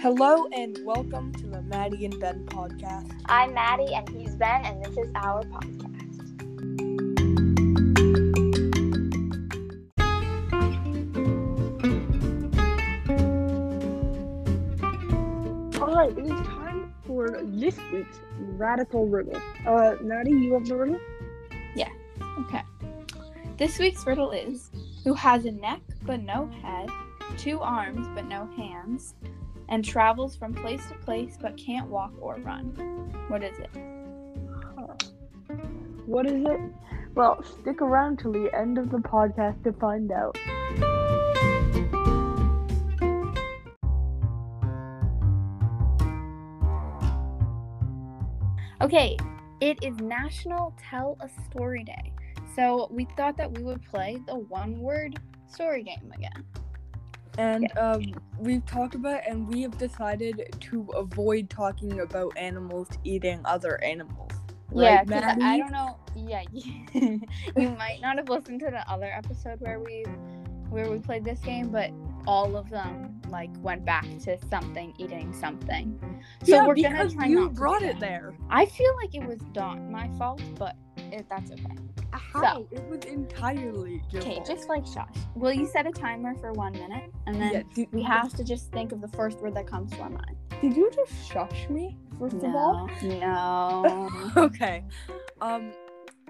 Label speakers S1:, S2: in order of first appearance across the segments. S1: Hello and welcome to the Maddie and Ben podcast.
S2: I'm Maddie, and he's Ben, and this is our podcast.
S3: All right, it is time for this week's radical riddle. Uh, Maddie, you have the riddle?
S4: Okay. This week's riddle is Who has a neck but no head, two arms but no hands, and travels from place to place but can't walk or run? What is it?
S3: What is it? Well, stick around till the end of the podcast to find out.
S4: Okay, it is National Tell a Story Day. So we thought that we would play the one word story game again.
S1: And um, we've talked about and we have decided to avoid talking about animals eating other animals.
S4: yeah,
S1: Right,
S4: 'cause
S1: Maddie?
S4: I don't know. Yeah, you might not have listened to the other episode where we where we played this game, but all of them like went back to something eating something. So
S1: yeah,
S4: we're gonna
S1: because
S4: try
S1: you
S4: not to do
S1: brought it
S4: that.
S1: there.
S4: I feel like it was not my fault, but it, that's okay.
S1: How? it was entirely your
S4: Okay,
S1: fault.
S4: just like Josh, will you set a timer for one minute, and then
S1: Yeah, did,
S4: we have to just think of the first word that comes to our mind.
S1: Did you just shush me? First of all.
S4: no.
S1: Okay. Um.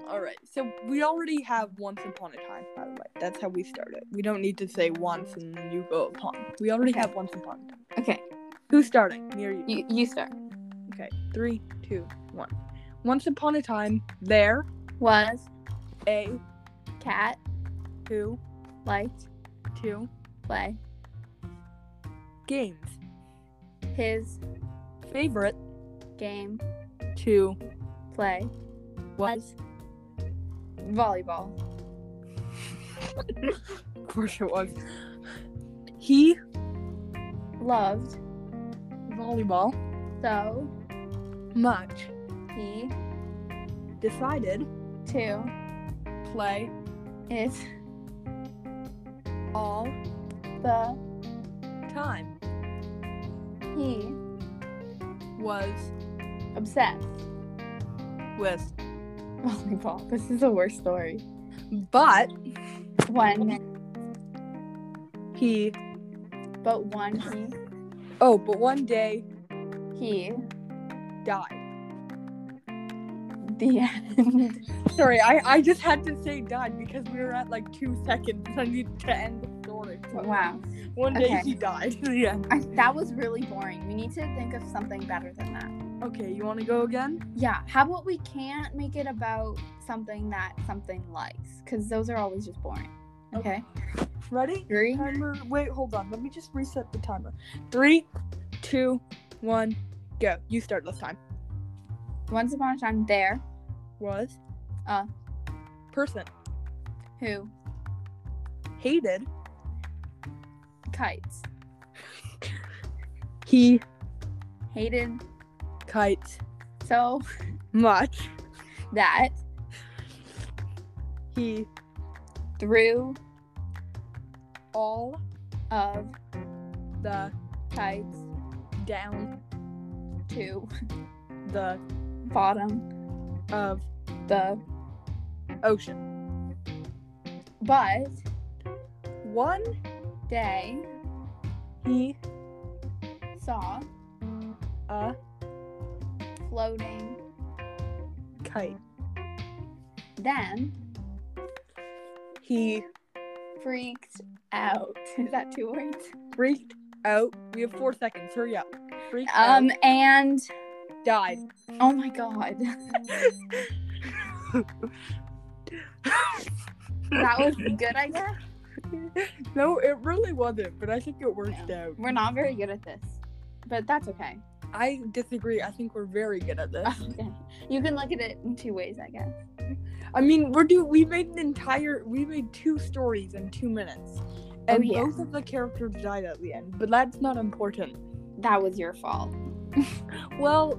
S1: All right. So we already have once upon a time. By the way, that's how we started. We don't need to say once and then you go upon. We already
S4: Okay.
S1: have once upon a time.
S4: okay,
S1: Who's starting? Near you.
S4: you, you start.
S1: Okay. Three, two, one. Once upon a time, there
S4: Was
S1: a
S4: cat
S1: two
S4: liked
S1: two
S4: play
S1: games.
S4: his
S1: Favorite
S4: game
S1: two
S4: play
S1: was.
S4: volleyball.
S1: Of course it was. He
S4: Loved
S1: volleyball
S4: so
S1: much
S4: he
S1: decided
S4: too
S1: play
S4: is
S1: all
S4: the
S1: time
S4: he
S1: was
S4: obsessed
S1: with
S4: volleyball. This is the worst story.
S1: but
S4: One,
S1: he
S4: but one
S1: oh but one day
S4: he he
S1: died
S4: the end.
S1: sorry i i just had to say died because we were at like two seconds and i needed to end the story So,
S4: Wow,
S1: one day
S4: Okay.
S1: he died yeah
S4: I, that was really boring. We need to think of something better than that.
S1: okay you want to go again
S4: Yeah, how about we can't make it about something that something likes? Because those are always just boring. Okay.
S1: ready
S4: Three.
S1: timer wait hold on let me just reset the timer three two one go you start this time
S4: Once upon a time, there
S1: was
S4: Uh.
S1: person
S4: who
S1: hated
S4: kites
S1: he
S4: hated
S1: kites
S4: so
S1: much
S4: that
S1: he
S4: through
S1: all
S4: of
S1: the
S4: kites
S1: down
S4: to
S1: the
S4: bottom
S1: of
S4: the
S1: ocean
S4: but
S1: one
S4: day
S1: he
S4: saw
S1: a
S4: floating
S1: kite
S4: then
S1: he
S4: freaked out. Is that two words?
S1: freaked out we have four seconds hurry up freaked
S4: Um
S1: out
S4: and
S1: died
S4: oh my god. that was good, I guess.
S1: no it really wasn't but i think it worked out
S4: We're not very good at this, but that's okay.
S1: i disagree i think we're very good at this
S4: okay. You can look at it in two ways, I guess.
S1: i mean we're do we made an entire we made two stories in two minutes and
S4: Oh, yeah.
S1: both of the characters died at the end but that's not important
S4: That was your fault.
S1: Well,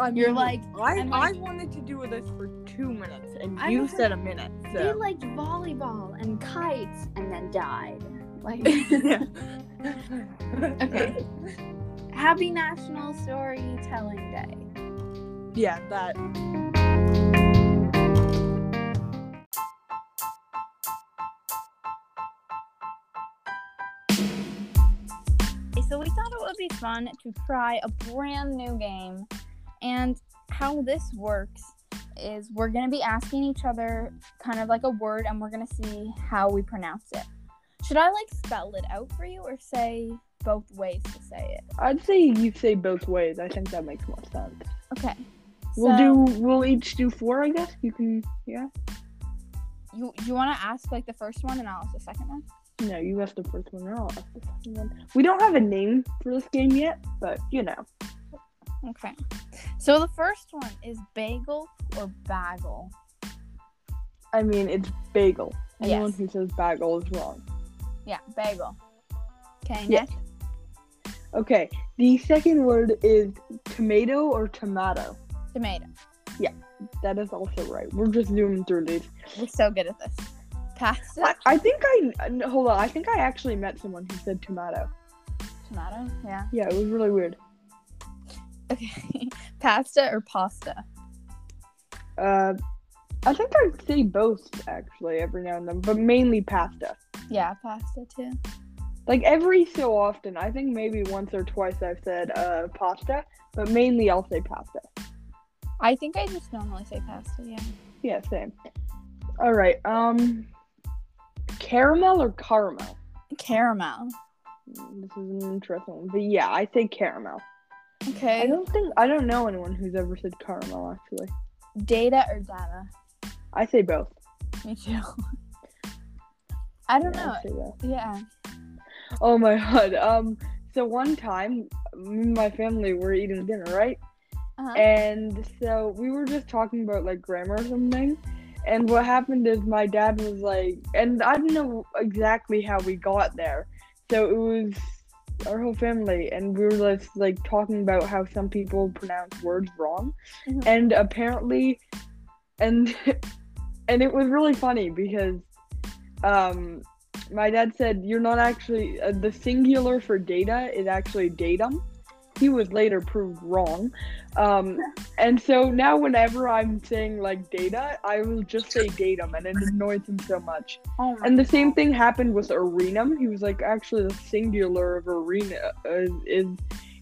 S1: I mean,
S4: You're like,
S1: I,
S4: I'm like-
S1: I wanted to do this for two minutes, and
S4: I
S1: you
S4: wasn't-
S1: said a minute.
S4: They
S1: So.
S4: liked volleyball and kites and then died. Like,
S1: Yeah.
S4: okay. Happy National Storytelling Day.
S5: Yeah, that.
S4: So we thought it would be fun to try a brand new game. And how this works is we're going to be asking each other kind of like a word and we're going to see how we pronounce it. Should I like spell it out for you or say both ways to say it?
S1: I'd say you say both ways. I think that makes more sense.
S4: Okay.
S1: We'll
S4: So,
S1: do. We'll each do four, I guess. You can. Yeah.
S4: You, you want to ask like the first one and I'll ask the second one?
S1: No, you asked the first one. or I'll ask the second one. We don't have a name for this game yet, but you know.
S4: Okay. So the first one is bagel or bagel.
S1: I mean, it's bagel. Anyone
S4: Yes.
S1: who says bagel is wrong.
S4: Yeah, bagel. Okay,
S1: Yeah.
S4: next.
S1: Okay. The second word is tomato or tomato.
S4: Tomato.
S1: That is also right. We're just zooming through these.
S4: We're so good at this. Pasta.
S1: I, I think I n- hold on. I think I actually met someone who said tomato.
S4: Tomato. Yeah.
S1: Yeah, it was really weird.
S4: Okay. Pasta or pasta.
S1: Uh, I think I say both actually every now and then, but mainly pasta.
S4: Yeah, pasta too.
S1: Like every so often, I think maybe once or twice I've said uh pasta, but mainly I'll say pasta.
S4: I think I just normally say pasta. Yeah.
S1: Yeah, same. All right. Um, caramel or caramel?
S4: Caramel.
S1: Mm, This is an interesting one, but yeah, I say caramel. I
S4: Okay.
S1: don't think I don't know anyone who's ever said caramel actually.
S4: Data or data.
S1: I say both.
S4: Me too. I don't
S1: Yeah,
S4: know.
S1: I say both.
S4: Yeah.
S1: Oh my god. Um. So one time, me and my family were eating dinner, right?
S4: Uh-huh.
S1: And so we were just talking about like grammar or something. And what happened is my dad was like, and I don't know exactly how we got there. So it was our whole family, and we were just like talking about how some people pronounce words wrong.
S4: Mhm.
S1: And apparently, and and it was really funny because um, my dad said you're not actually uh, the singular for data is actually datum. He was later proved wrong, um, and so now whenever I'm saying like data, I will just say datum, and it annoys him so much.
S4: Oh my
S1: And the same thing happened with arenum. He was like, actually, the singular of arena is, is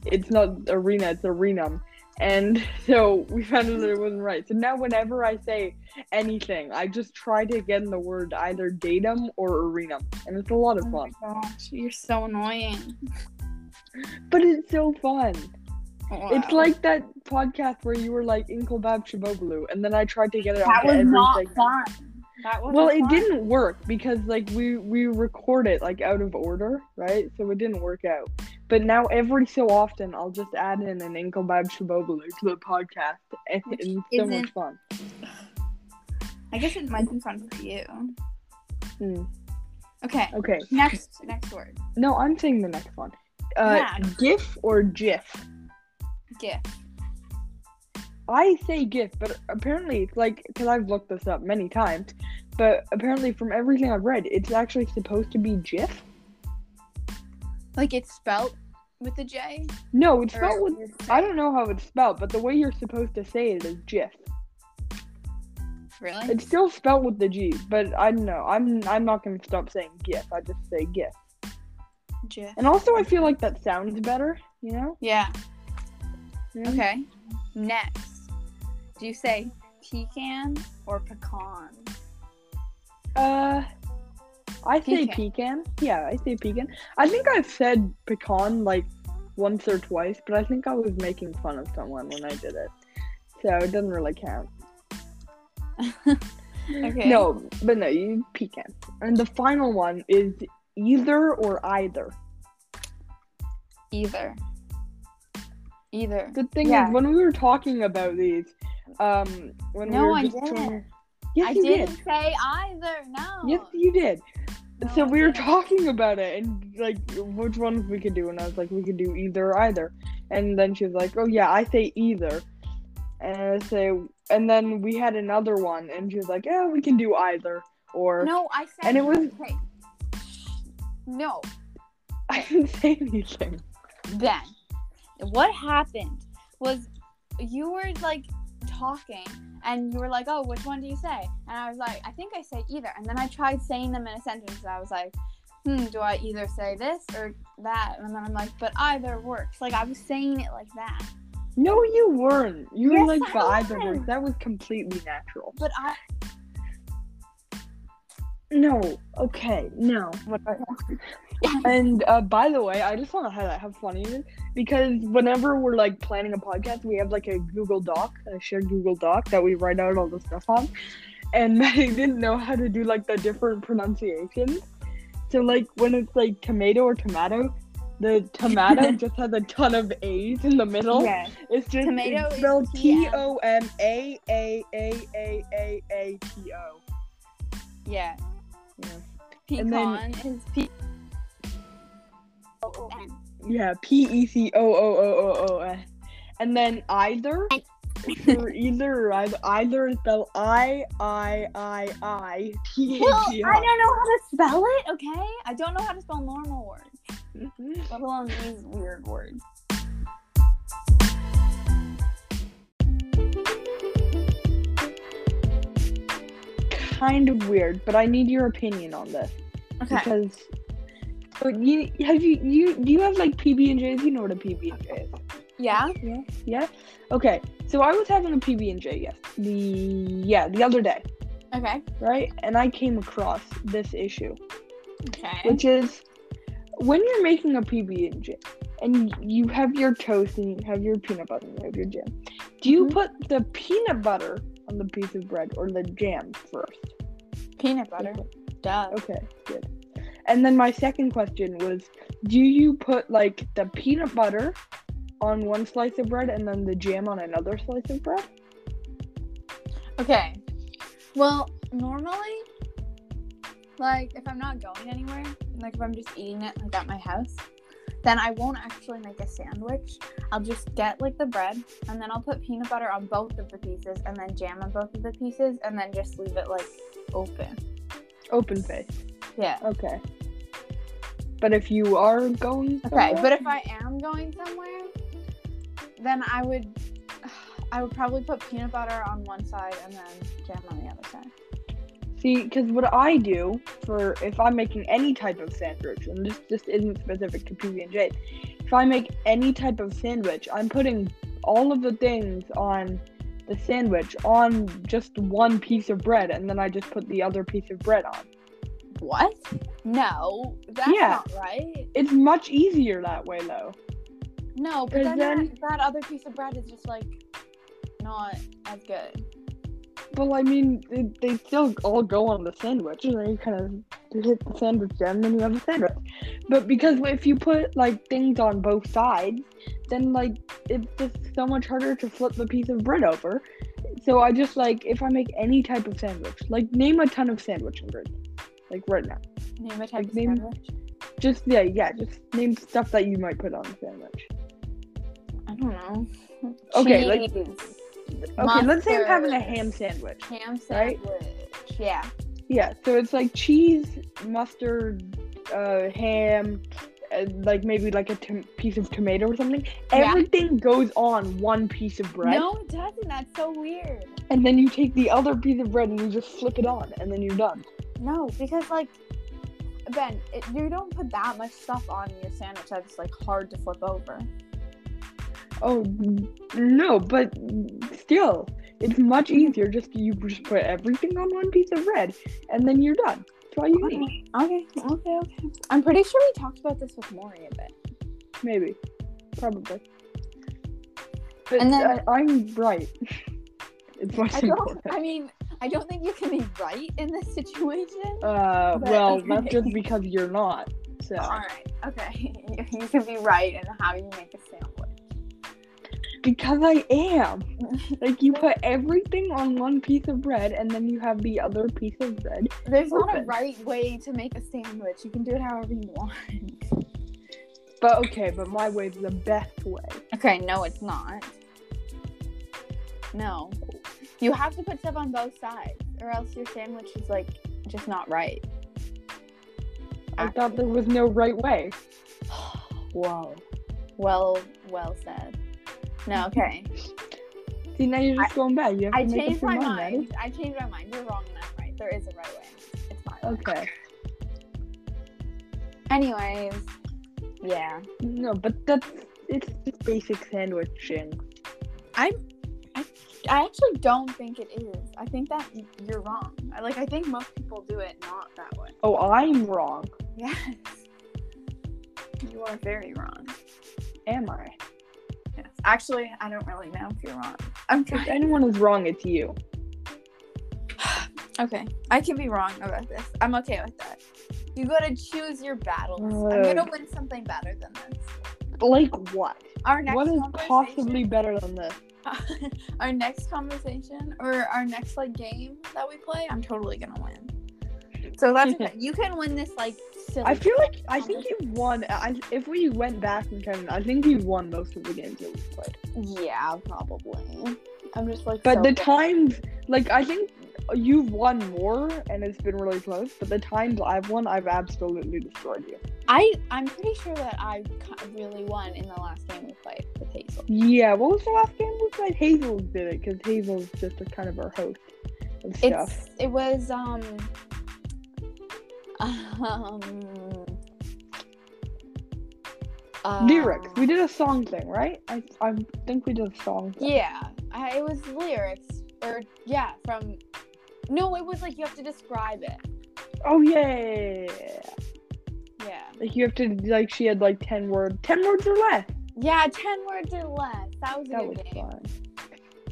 S1: it's not arena, it's arenum. And so we found out that it wasn't right. So now whenever I say anything, I just try to get in the word either datum or arenum, and it's a lot of
S4: Oh my
S1: fun.
S4: gosh, you're so annoying.
S1: But it's so fun.
S4: Wow.
S1: It's like that podcast where you were like Inklebab Shabobulu, and then I tried to get it
S4: that
S1: onto
S4: was
S1: every
S4: not
S1: segment.
S4: fun. That was
S1: Well, it didn't work because like we we record it like out of order, right? So it didn't work out. But now every so often, I'll just add in an Inklebab Shabobalu to the podcast, and
S4: Which
S1: it's so much
S4: isn't-
S1: fun.
S4: I guess it might be fun for you.
S1: Mm,
S4: Okay.
S1: okay,
S4: Next, next word.
S1: no, I'm saying the next one. Uh,
S4: Yeah.
S1: GIF or GIF?
S4: GIF.
S1: I say GIF, but apparently, it's like, because I've looked this up many times, but apparently, from everything I've read, it's actually supposed to be GIF.
S4: Like it's spelt with a J.
S1: No, it's
S4: or
S1: spelled with.
S4: it's-
S1: I don't know how it's spelled, but the way you're supposed to say it is GIF.
S4: really.
S1: It's still spelled with the G, but I don't know. I'm I'm not gonna stop saying GIF. I just say GIF.
S4: GIF.
S1: And also, I feel like that sounds better. You know?
S4: Yeah.
S1: Mm.
S4: Okay. Next, do you say pecan or pecan?
S1: Uh, I say
S4: Pecan.
S1: pecan. Yeah, I say pecan. I think I've said pecan like once or twice, but I think I was making fun of someone when I did it, so it doesn't really count.
S4: Okay.
S1: No, but no, you pecan. And the final one is either or either.
S4: Either. Either.
S1: The thing
S4: Yeah.
S1: is, when we were talking about these, um, when we
S4: No,
S1: were
S4: I
S1: just
S4: didn't.
S1: trying- yes,
S4: I
S1: you
S4: didn't
S1: did.
S4: say either. No.
S1: Yes, you did.
S4: No,
S1: so
S4: I
S1: we were
S4: didn't.
S1: talking about it and like which ones we could do, and I was like, we could do either or either, and then she was like, oh yeah, I say either, and I say, and then we had another one, and she was like, yeah, we can do either, or
S4: No, I said.
S1: And it was-
S4: Okay. No.
S1: I didn't say anything.
S4: Then, What happened was you were like talking and you were like, oh, which one do you say? And I was like, I think I say either. And then I tried saying them in a sentence and I was like, hmm, do I either say this or that? And then I'm like, but either works. Like I was saying it like that.
S1: No, you weren't. You
S4: Yes,
S1: were like
S4: I
S1: the either
S4: was.
S1: words. That was completely natural.
S4: But I.
S1: No. Okay. No.
S4: What
S1: And uh, by the way, I just want to highlight how funny it is because whenever we're like planning a podcast, we have like a Google Doc, a shared Google Doc that we write out all the stuff on. And Maddie didn't know how to do like the different pronunciations. So like when it's like tomato or tomato, the tomato just has a ton of A's in the middle.
S4: yeah.
S1: It's just
S4: Tomato
S1: it's
S4: is
S1: spelled
S4: T
S1: T
S4: M.
S1: O M A A A A A A T O.
S4: Yeah.
S1: Yeah.
S4: Pecan
S1: And then-
S4: is P E O N.
S1: Yeah, P E C O O O O O S. And then either for either or either either is spelled I I I I T
S4: Well,
S1: H E
S4: I
S1: R.
S4: don't know how to spell it, okay? I don't know how to spell normal words,
S1: Mm-hmm.
S4: let alone these weird words.
S1: Kind of weird, but I need your opinion on this because. But you have you you do you have like PB and J's? You know what a PB and J is?
S4: Yeah?
S1: Yeah, yeah. Okay, so I was having a PB and J yes the yeah the other day
S4: Okay.
S1: right, and I came across this issue.
S4: Okay.
S1: which is when you're making a PB and J, and you have your toast and you have your peanut butter and you have your jam. Do you
S4: Mhm.
S1: put the peanut butter on the piece of bread or the jam first?
S4: Peanut butter. Duh.
S1: Okay, good. And then my second question was, do you put like the peanut butter on one slice of bread and then the jam on another slice of bread?
S4: Okay. Well, normally, like if I'm not going anywhere, like if I'm just eating it like at my house, then I won't actually make a sandwich. I'll just get like the bread and then I'll put peanut butter on both of the pieces and then jam on both of the pieces and then just leave it like open.
S1: Open face.
S4: Yeah.
S1: Okay. But if you are going
S4: Okay,
S1: somewhere-
S4: but if I am going somewhere, then I would I would probably put peanut butter on one side and then jam on the other side.
S1: See, because what I do for if I'm making any type of sandwich, and this just isn't specific to PB and J, if I make any type of sandwich, I'm putting all of the things on the sandwich on just one piece of bread, and then I just put the other piece of bread on.
S4: What? No, that's
S1: Yeah.
S4: not right.
S1: It's much easier that way, though.
S4: No, but then,
S1: Because
S4: that, that other piece of bread is just like not as good.
S1: Well, I mean, they, they still all go on the sandwich, and then you kind of hit the sandwich down, and then you have a sandwich. But because if you put like things on both sides, then like it's just so much harder to flip the piece of bread over. So I just like if I make any type of sandwich, like name a ton of sandwich ingredients, like right now.
S4: Name a type
S1: Like,
S4: of
S1: name-
S4: sandwich.
S1: Just yeah, yeah, just name stuff that you might put on a sandwich.
S4: I don't know.
S1: Okay, like-
S4: Cheese,
S1: Okay, let's say I'm having a
S4: Mustard.
S1: ham sandwich.
S4: ham
S1: right?
S4: sandwich. Yeah.
S1: Yeah, so it's like cheese, mustard, uh, ham, uh, like maybe like a tom- piece of tomato or something.
S4: Yeah.
S1: Everything goes on one piece of bread,
S4: No, it doesn't. That's so weird.
S1: and then you take the other piece of bread and you just flip it on, and then you're done.
S4: No, because like Ben, it, you don't put that much stuff on your sandwich that's like hard to flip over.
S1: Oh n- no, but still, it's much
S4: Mm-hmm.
S1: easier. Just you just put everything on one piece of bread, and then you're done. That's all you need,
S4: Okay, Mm-hmm. okay, okay. I'm pretty sure we talked about this with Maury a bit.
S1: maybe, probably. But
S4: And then-
S1: I- I'm right. it's much
S4: I don't.
S1: important.
S4: I mean, I don't think you can be right in this situation.
S1: Uh,
S4: But-
S1: well,
S4: okay.
S1: that's just because you're not. So,
S4: All right. Okay. You- You can be right in how you make a sandwich.
S1: because I am. Like, you put everything on one piece of bread, and then you have the other piece of bread.
S4: There's not a
S1: Open.
S4: right way to make a sandwich. You can do it however you want.
S1: But okay, but my way's the best way.
S4: Okay. No, it's not. No. You have to put stuff on both sides, or else your sandwich is like just not right. Ah.
S1: I thought there was no right way.
S4: Whoa. Well, well said. No, okay.
S1: See, now you're just going back. You have to
S4: I
S1: make
S4: changed
S1: up your
S4: my
S1: mind.
S4: mind. I changed my mind. You're wrong and I'm right. There is a right way. It's fine.
S1: Maddie. Okay.
S4: Anyways, yeah.
S1: No, but that's it's just basic sandwiching.
S4: I actually don't think it is. I think that you're wrong. I, like I think most people do it not that way.
S1: Oh, I'm wrong.
S4: Yes. You are very wrong.
S1: Am I?
S4: Yes. Actually, I don't really know if you're wrong. I'm
S1: If
S4: trying.
S1: anyone is wrong, it's you.
S4: Okay. I can be wrong about this. I'm okay with that. You gotta choose your battles. I'm gonna
S1: Ugh.
S4: win something better than this.
S1: Like what?
S4: Our next
S1: what is
S4: conversation-
S1: possibly better than this?
S4: our next conversation or our next like game that we play, I'm totally gonna win. So that's okay. you can win this like silly.
S1: I feel like I think you won. I, if we went back and counted, I think you won most of the games that we played.
S4: yeah, probably. I'm just like
S1: But
S4: so-
S1: the times, like I think you've won more, and it's been really close. But the times I've won, I've absolutely destroyed you.
S4: I I'm pretty sure that I ki- really won in the last game we played with Hazel.
S1: Yeah. What was the last game we played? Hazel did it because Hazel's just a kind of our host and stuff.
S4: It's it was um um uh,
S1: lyrics. We did a song thing, right? I I think we did a song. Thing.
S4: Yeah, I, it was lyrics, or yeah, from. No, it was like you have to describe it.
S1: Oh yeah.
S4: Yeah,
S1: Like you have to like she had like ten words, ten words or less.
S4: yeah, ten words or less. That was a
S1: That
S4: good
S1: was
S4: game.
S1: fun.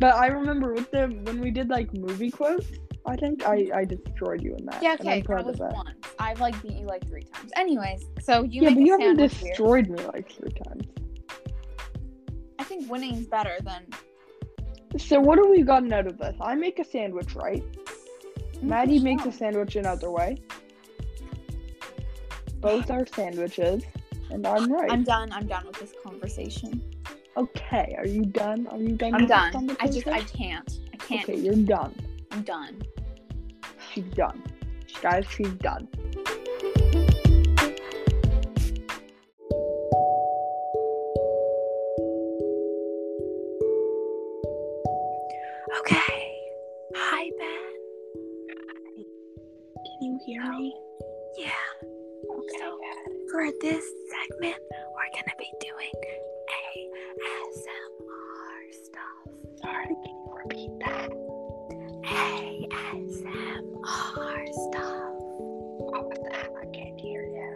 S1: But I remember with the when we did like movie quotes, I think I I destroyed you in that.
S4: Yeah,
S1: and
S4: okay,
S1: I'm
S4: that
S1: proud
S4: was
S1: of that.
S4: once. I've like beat you like three times. Anyways, so you
S1: yeah,
S4: make
S1: but
S4: a
S1: you haven't
S4: sandwich here.
S1: destroyed me like three times.
S4: I think winning's better than.
S1: So what have we gotten out of this? I make a sandwich, right? Maddie makes a
S4: No.
S1: sandwich another way. Both are sandwiches, and I'm right.
S4: I'm done. I'm done with this conversation.
S1: Okay, are you done? Are you done?
S4: I'm
S1: with this
S4: done. I just I can't. I can't.
S1: Okay, you're done.
S4: I'm done.
S1: She's done. Guys, she's done.
S5: Okay. Hi, Ben.
S1: Can you hear me?
S5: Yeah. So for this segment, we're gonna be doing ASMR stuff. Sorry, can you repeat that? ASMR stuff. What was that? I can't hear you.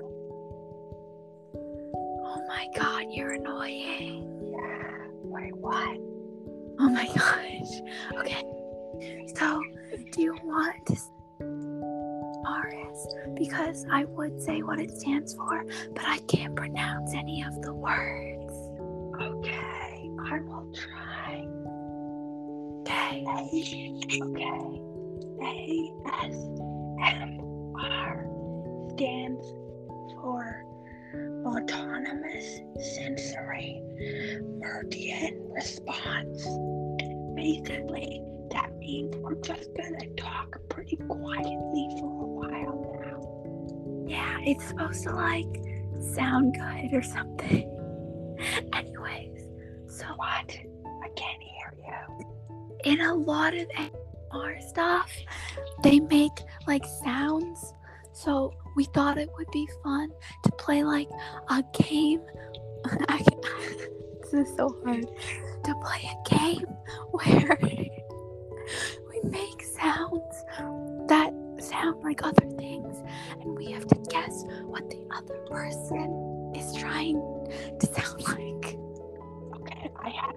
S5: Oh my god, you're annoying. Yeah. Wait, what? Oh my gosh. Okay. So, do you want to RS because I would say what it stands for, but I can't pronounce any of the words. Okay, I will try. Okay. Okay. A S M R stands for autonomous sensory meridian response. Basically, that means we're just gonna talk pretty quietly for a while now. Yeah, it's supposed to like sound good or something. Anyways, so what? I can't hear you. In a lot of AR stuff, they make like sounds. So we thought it would be fun to play like a game. I can't- this is so hard to play a game where we make sounds that sound like other things and we have to guess what the other person is trying to sound like. Okay, I have.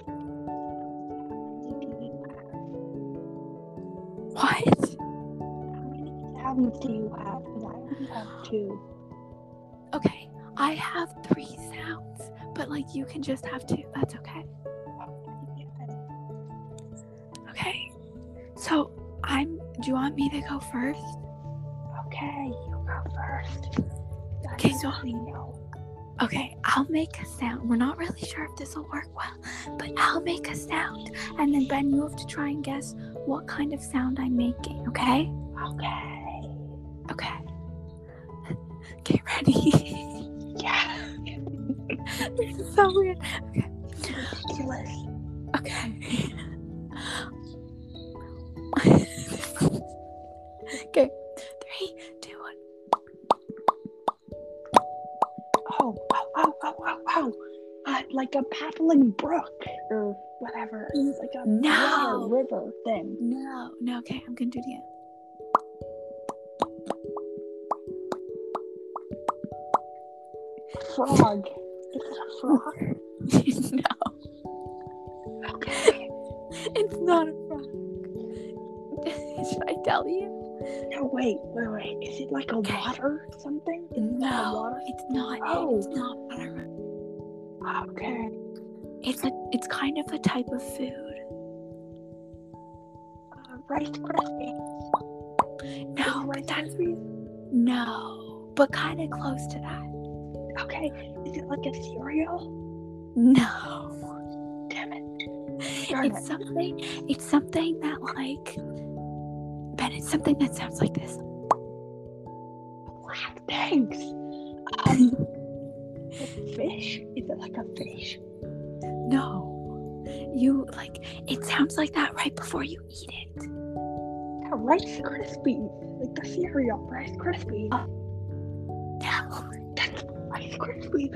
S5: What?
S1: Sounds do you have? I only have two.
S5: Okay, I have three sounds, but like you can just have two. That's okay. Okay. So I'm. Do you want me to go first? Okay, you go first. Okay, so Okay, I'll make a sound. We're not really sure if this will work well, but I'll make a sound, and then Ben, you have to try and guess what kind of sound I'm making. Okay? Okay. Okay. Okay, ready?
S1: Yeah.
S5: this is so weird. Okay.
S6: Ridiculous.
S5: Okay. okay. Three, two, one.
S3: Oh, oh, oh, oh, oh, oh. Uh, like a paddling brook or whatever. Like a
S5: No.
S3: river, river thing.
S5: No, no, okay, I'm gonna do it again.
S3: Frog. Is it a frog?
S5: no,
S3: Okay.
S5: it's not a frog. Should I tell you?
S3: No, wait, wait, wait. Is it like a water something? Is it like a
S5: No,
S3: water?
S5: it's not.
S3: Oh.
S5: It's not what I wrote.
S3: Okay.
S5: It's a. It's kind of a type of food.
S3: Uh, Rice Krispies.
S5: No,
S3: Rice
S5: but that's
S3: Krispies.
S5: no, but kind of close to that.
S3: Okay. Is it like a cereal?
S5: No,
S3: Damn it. Darn
S5: it's something. It's something that like. Ben, it's something that sounds like this.
S3: Wow, thanks. Um, fish? Is it like a fish?
S5: No, you like. It sounds like that right before you eat it.
S3: Yeah, Rice Krispies. Like the cereal, Rice Krispies.
S5: Oh. No,
S3: That's Rice Krispies.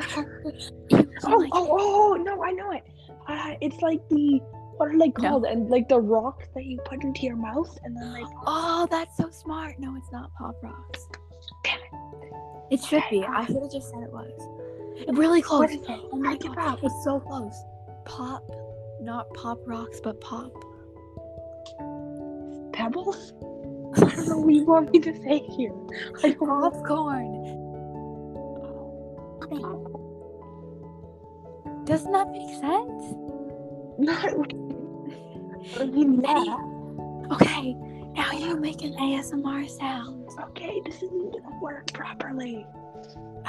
S5: you
S3: oh,
S5: like
S3: oh, oh, no, I know it. Uh, it's like the, what are they called? And like the rock that you put into your mouth and then like,
S5: Oh, that's so smart. No, it's not Pop Rocks.
S3: Damn
S5: it. It should be. I should have just said it was. Really close.
S3: what is it?
S5: Oh my
S3: Break it
S5: god.
S3: up.
S5: It's so close. Pop, not Pop Rocks, but Pop.
S3: Pebbles? I don't know what you want me to say here. I don't know.
S5: Popcorn. Doesn't that make sense?
S3: Not, I mean,
S5: Any-
S3: yeah.
S5: Okay, now you make an ASMR sound.
S3: Okay, this isn't gonna work properly.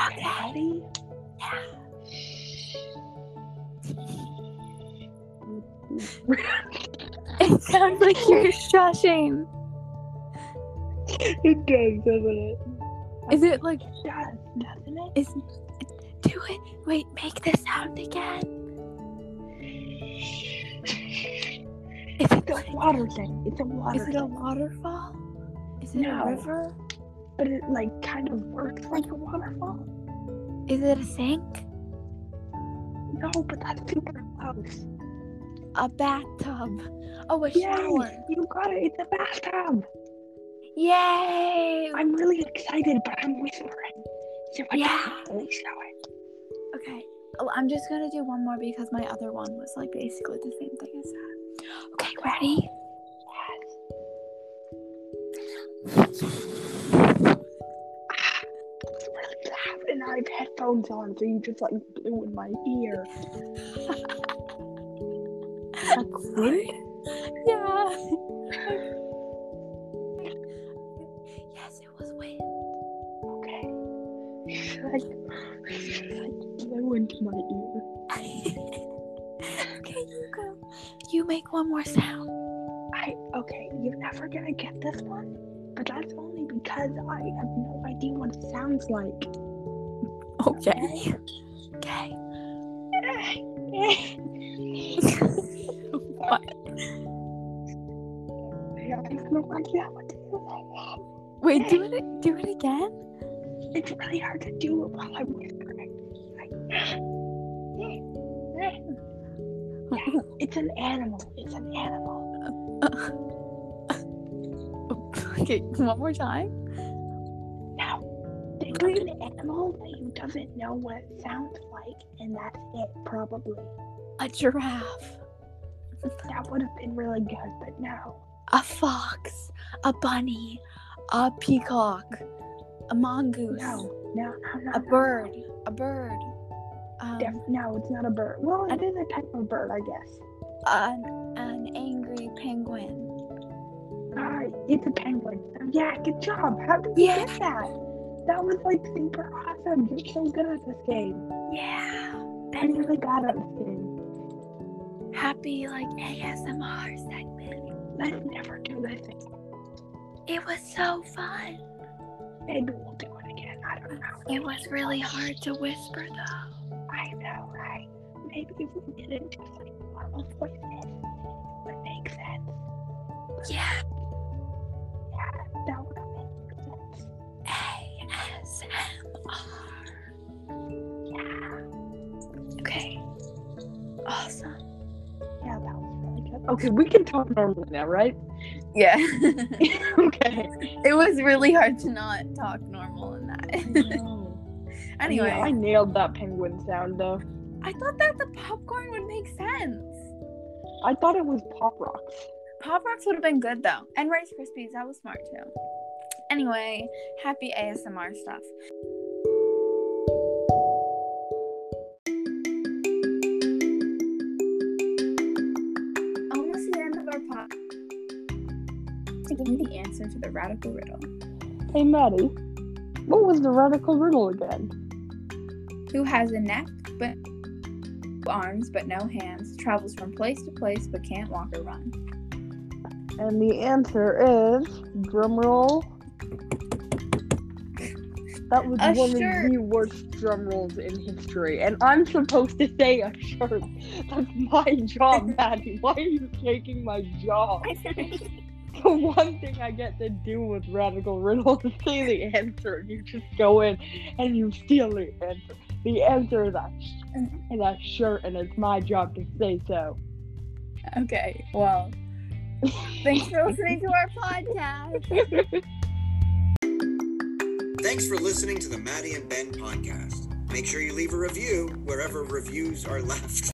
S5: Okay.
S3: Ready?
S5: It sounds like you're shushing.
S3: It does, doesn't it?
S5: Is it like,
S3: It does, doesn't it?
S5: is, do it, wait, make the sound again. Is it
S3: It's a water thing. It's a water
S5: Is it
S3: thing.
S5: a waterfall? Is it
S3: No.
S5: a river?
S3: but it like kind of works like a waterfall.
S5: Is it a sink?
S3: No, but that's super close.
S5: A bathtub? Oh, a
S3: Yay!
S5: shower!
S3: You got it. It's a bathtub.
S5: Yay!
S3: I'm really excited, but I'm whispering. So I
S5: Yeah.
S3: can't really show it.
S5: Okay. Oh, I'm just gonna do one more because my other one was like basically the same thing as that. Okay, ready?
S3: It's really loud, and I have headphones on, so you just like blew in my ear. That's
S5: Sorry. Yeah. yes, it was wind.
S3: okay. Like, like blew into my ear.
S5: okay, you go. You make one more sound.
S3: I okay. You're never gonna get this one, but that's only because I have no idea what it sounds like.
S5: Okay. Okay.
S3: Yeah, I have no idea what to do.
S5: Wait, do it do it again?
S3: It's really hard to do it while I'm whispering. It's an animal. It's an animal.
S5: okay, one more time.
S3: No. Think of an animal that you doesn't know what it sounds like, and that's it, probably.
S5: A giraffe,
S3: That would have been really good, but no.
S5: a fox, a bunny, a peacock, a mongoose,
S3: No, no, no, no.
S5: a
S3: no.
S5: bird, a bird, um,
S3: Def- no, it's not a bird. Well, it
S5: An-
S3: is a type of bird, I guess.
S5: an, an angry penguin.
S3: Uh, it's a penguin. Yeah, good job. How did you
S5: Yeah.
S3: get that? That was like super awesome. You're so good at this game.
S5: Yeah.
S3: I really bad at this game.
S5: Happy like ASMR segment.
S3: Let's never do this again.
S5: It was so fun.
S3: Maybe we'll do it again. I don't know.
S5: It was really hard to whisper though.
S3: I know, right?
S5: maybe we get into some form of voices that make sense. Yeah. Yeah, that would make sense. ASMR. Yeah. Okay. Awesome. Yeah, that was really good.
S1: Okay, we can talk normally now, right?
S4: Yeah.
S1: okay.
S4: it was really hard to not talk normal in that. anyway,
S1: Yeah, I nailed that penguin sound though.
S4: I thought that the popcorn would make sense.
S1: I thought it was Pop Rocks.
S4: Pop Rocks would have been good though. And Rice Krispies, that was smart too. Anyway, happy ASMR stuff. Almost the end of our pod. To give you the answer to the radical riddle.
S1: Hey Maddie, what was the radical riddle again?
S4: Who has a neck but arms but no hands, travels from place to place but can't walk or run.
S1: And the answer is drumroll. That was
S4: A
S1: one
S4: shirt.
S1: of the worst drum rolls in history, and I'm supposed to say a shirt. That's my job, Maddie. Why are you taking my job? The one thing I get to do with Radical Riddle is say the answer. and You just go in and you steal the answer. The answer is a, is a shirt, and it's my job to say so.
S4: okay, well, thanks for listening to our podcast.
S7: Thanks for listening to the Maddie and Ben podcast. Make sure you leave a review wherever reviews are left.